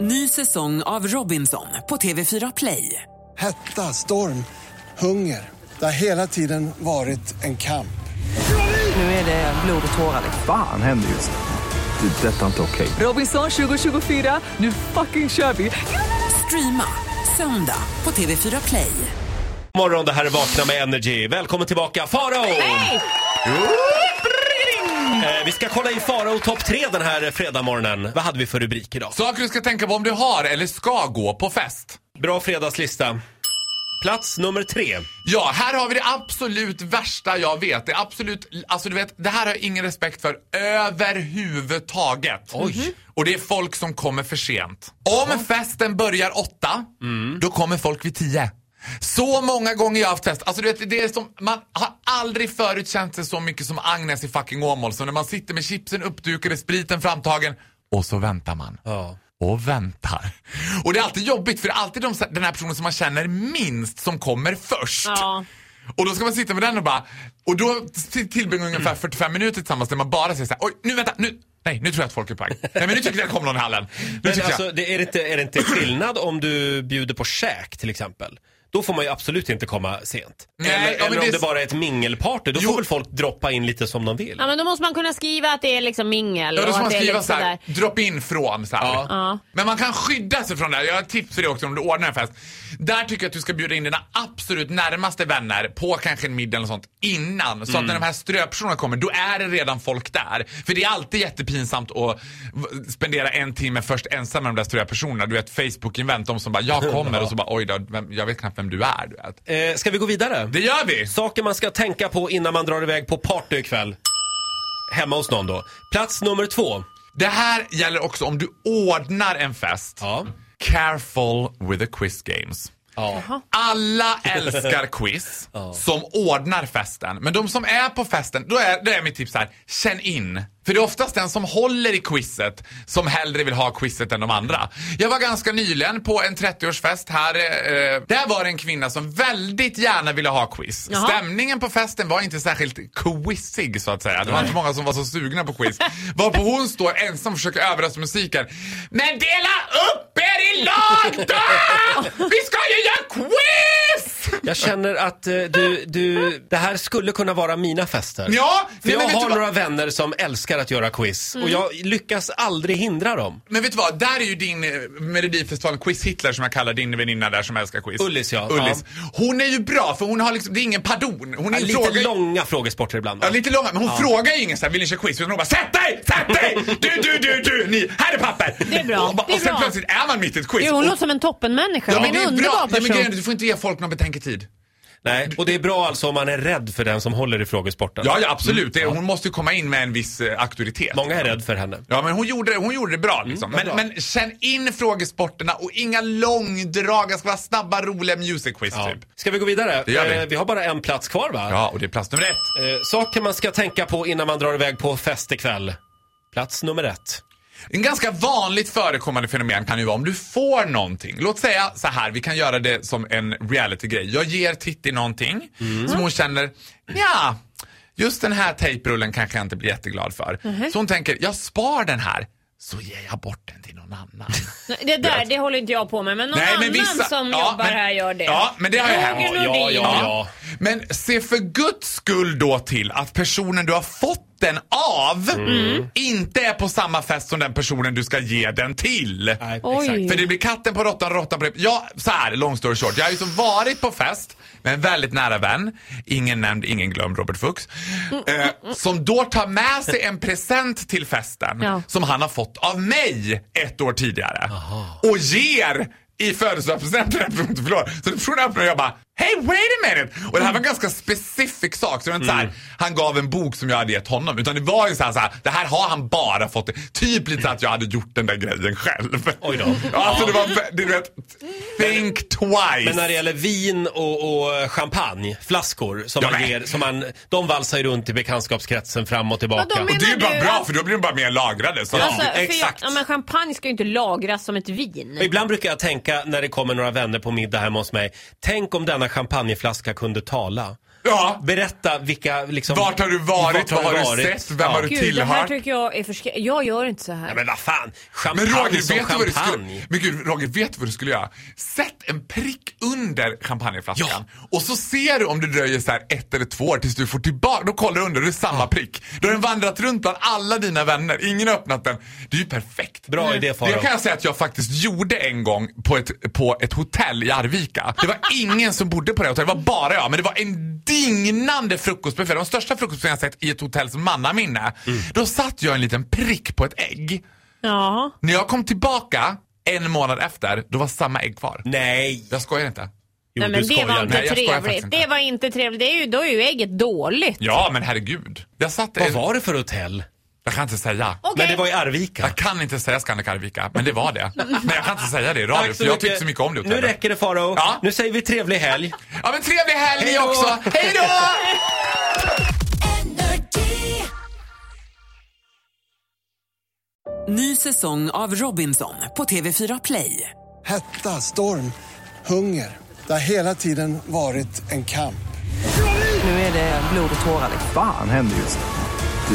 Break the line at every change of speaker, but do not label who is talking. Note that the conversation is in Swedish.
Ny säsong av Robinson på TV4 Play.
Hetta, storm, hunger. Det har hela tiden varit en kamp.
Nu är det blod och tårar. liksom.
Fan händer just nu. Det. är Detta är inte okej.
Robinson 2024, nu fucking kör vi! Streama söndag på TV4 Play.
God morgon, det här är Vakna med Energy. Välkommen tillbaka, Farao! Hej! Vi ska kolla in Farao topp 3 den här fredagmorgonen. Vad hade vi för rubrik idag?
Saker du ska tänka på om du har eller ska gå på fest.
Bra fredagslista. Plats nummer tre.
Ja, här har vi det absolut värsta jag vet. Det absolut, alltså du vet, det här har jag ingen respekt för överhuvudtaget. Oj. Och det är folk som kommer för sent. Om festen börjar åtta, då kommer folk vid tio. Så många gånger jag har haft fest. Alltså du vet, det är som, man har aldrig förut känt sig så mycket som Agnes i fucking Åmål. Så när man sitter med chipsen uppdukade, spriten framtagen och så väntar man
Ja.
och väntar. Och det är alltid jobbigt för det är alltid de, den här personen som man känner minst som kommer först. Och då ska man sitta med den och bara... Och då t- tillbringar man
Mm.
ungefär 45 minuter tillsammans där man bara säger så här, oj nu vänta, nu, nej nu tror jag att folk är på väg. Nej men nu tycker jag det kom någon i hallen. Nu
Men
tycker
alltså,
jag.
det är, det inte, är det inte skillnad om du bjuder på käk till exempel? Då får man ju absolut inte komma sent.
Nej,
eller
ja, men
eller om
det
det,
är s-
bara är ett mingelparty, då
Jo.
får väl folk droppa in lite som de vill.
Ja men då måste man kunna skriva att det är liksom mingel.
Ja, då
och
ska
att
man
det är
skriva
lite
så här,
sådär.
drop in från så här.
Ja.
Men man kan skydda sig från det här. Jag har ett tips för dig också om du ordnar en fest. Där tycker jag att du ska bjuda in dina absolut närmaste vänner på kanske en middag eller sånt innan.
Mm.
Så att när de här ströpersonerna kommer, då är det redan folk där. För det är alltid jättepinsamt att v- spendera en timme först ensam med de där ströpersonerna. Du vet Facebook-invent, de som bara jag kommer och så bara oj då, vem, jag vet knappt vem du är. Du vet.
Eh, ska vi gå vidare?
Det gör vi!
Saker man ska tänka på innan man drar iväg på party ikväll. Hemma hos någon då. Plats nummer två.
Det här gäller också om du ordnar en fest.
Ja.
Careful with the quiz games.
Ja.
Alla älskar quiz som ordnar festen. Men de som är på festen, då är, då är mitt tips här. Känn in. För det är oftast den som håller i quizet som hellre vill ha quizet än de andra. Jag var ganska nyligen på en 30-årsfest här. Eh, där var det en kvinna som väldigt gärna ville ha quiz.
Jaha.
Stämningen på festen var inte särskilt quizig så att säga. Det var inte många som var så sugna på quiz. Varpå hon står ensam och försöker överrösta musiken. Men dela upp er i lag då! Vi ska ju göra quiz!
Jag känner att eh, du, du, det här skulle kunna vara mina fester.
Ja,
För
nej,
jag
men vet
har
du vad- Mm.
några vänner som älskar att göra quiz och jag lyckas aldrig hindra dem.
Men vet du vad, där är ju din eh, Melodifestivalen Quiz-Hitler som jag kallar din väninna där som älskar quiz.
Ullis, ja.
Ullis. Hon är ju bra för hon har liksom, det är ingen pardon. Hon är
Lite
frågar-
långa frågesporter ibland. va?
Ja, lite långa, men hon frågar ju ingen så här, vill ni köra quiz? Utan hon bara, sätt dig! Sätt dig! Du, du, du, du, ni, här är papper!
Det är bra,
Och, bara-
det är
och sen
bra.
plötsligt är man mitt i ett quiz.
Jo, hon
Och-
låter som en toppenmänniska.
Ja,
det
men
är en
det är bra.
underbar
Ja, men grejen är,
person.
du får inte ge folk någon betänketid.
Nej, och det är bra alltså om man är rädd för den som håller i frågesporten.
Ja, ja absolut. Det, hon måste ju komma in med en viss eh, auktoritet.
Många Mm, är rädd för henne.
Ja, men hon gjorde det, hon gjorde det bra liksom. men, men känn in frågesporterna och inga långdrag. Det ska vara snabba, roliga music quiz
Ja.
typ.
Ska vi gå vidare?
Det gör vi.
Eh, vi har bara en plats kvar va?
Ja, och det är plats nummer ett.
Eh, saker man ska tänka på innan man drar iväg på fest ikväll. Plats nummer ett.
En ganska vanligt förekommande fenomen kan ju vara om du får någonting. Låt säga så här, vi kan göra det som en reality-grej. Jag ger Titti någonting som hon känner, ja, just den här tejprullen kanske jag inte blir jätteglad för. Så hon tänker, jag spar den här, så ger jag bort den till någon annan.
Nej, Det där det håller inte jag på med men någon annan som
ja,
jobbar
men-
här gör det.
Ja, men det har ju
Roger
hänt.
Nordin.
Ja, ja, ja.
Men se för guds skull då till att personen du har fått den av
Mm.
inte är på samma fest som den personen du ska ge den till.
Nej,
Oj.
För det blir katten på råttan, råttan på det. Ja, så här, long story short. Jag har ju så varit på fest med en väldigt nära vän, ingen nämnd, ingen glömd, Robert Fuchs. Eh, som då tar med sig en present till festen
Ja.
som han har fått av mig ett år tidigare. Och ger i födelsedagspresent till den personen som förlorar. Så den personen öppnar och jag bara Hey wait a minute! Och det här var en ganska specifik sak. Så det var inte så
Mm.
här, han gav en bok som jag hade gett honom. Utan det var ju så här, så här det här har han bara fått. Typ lite så att jag hade gjort den där grejen själv.
Oj då.
Ja, alltså det var, vä- det, du vet, think twice.
Men när det gäller vin och, och champagne, flaskor som
Ja,
man
men-
ger, som man, de valsar ju runt i bekantskapskretsen fram och tillbaka.
Vadå, men-
det är ju
menar
bara
du
bra
att-
för då blir de bara mer lagrade. Så
Alltså,
att-
för
exakt.
Jag, ja, men champagne ska ju inte lagras som ett
Och
vin.
Ibland brukar jag tänka när det kommer några vänner på middag hemma hos mig. Tänk om denna champagneflaska kunde tala.
Ja.
Berätta vilka... Liksom,
Vart har du varit?
vart
Vad har du
varit?
sett? Vem
Ja.
har du
Gud, det här
tillhört?
tycker jag är förskräckligt. Jag gör inte så
Nej,
här.
men vad fan,
Men
champagne
Roger,
som
vet du vad du
champagne.
skulle, men gud, Roger, vet du vad du skulle göra? Sätt en prick under champagneflaskan
Ja.
och så ser du om det dröjer så här ett eller två år tills du får tillbaka, då kollar du under, det är samma prick. Då har den vandrat runt bland alla dina vänner, ingen har öppnat den. Det är ju perfekt.
Bra idé, Faro.
Det kan jag säga att jag faktiskt gjorde en gång på ett, på ett hotell i Arvika. Det var ingen som bodde på det hotellet, det var bara jag. Men det var en dignande frukostbuffé, de största frukostbufféerna jag sett i ett hotells mannaminne.
Mm.
Då satt jag en liten prick på ett ägg.
Ja.
När jag kom tillbaka en månad efter, då var samma ägg kvar.
Nej!
Jag skojar inte.
Jo,
Nej, men
du
det var
skojar.
inte
Nej, jag skojar
trevligt.
faktiskt inte.
Det var inte trevligt. Det är ju, då är ju ägget dåligt.
Ja, men herregud. Jag satt...
Vad var det för hotell?
Jag kan inte säga.
Okej.
Men det var i Arvika.
Jag kan inte säga Scandic Arvika, men det var det. Nej, jag kan inte säga det i radio, för jag tyckte så mycket om det
Nu
hotellet.
räcker det Faro.
Ja.
Nu säger vi trevlig helg.
Ja, men trevlig helg ni
Hej då!
också! Hej då!
Ny säsong av Robinson på TV4 Play.
Hetta, storm, hunger. Det har hela tiden varit en kamp.
Nu är det blod och tårar.
Fan händer just det.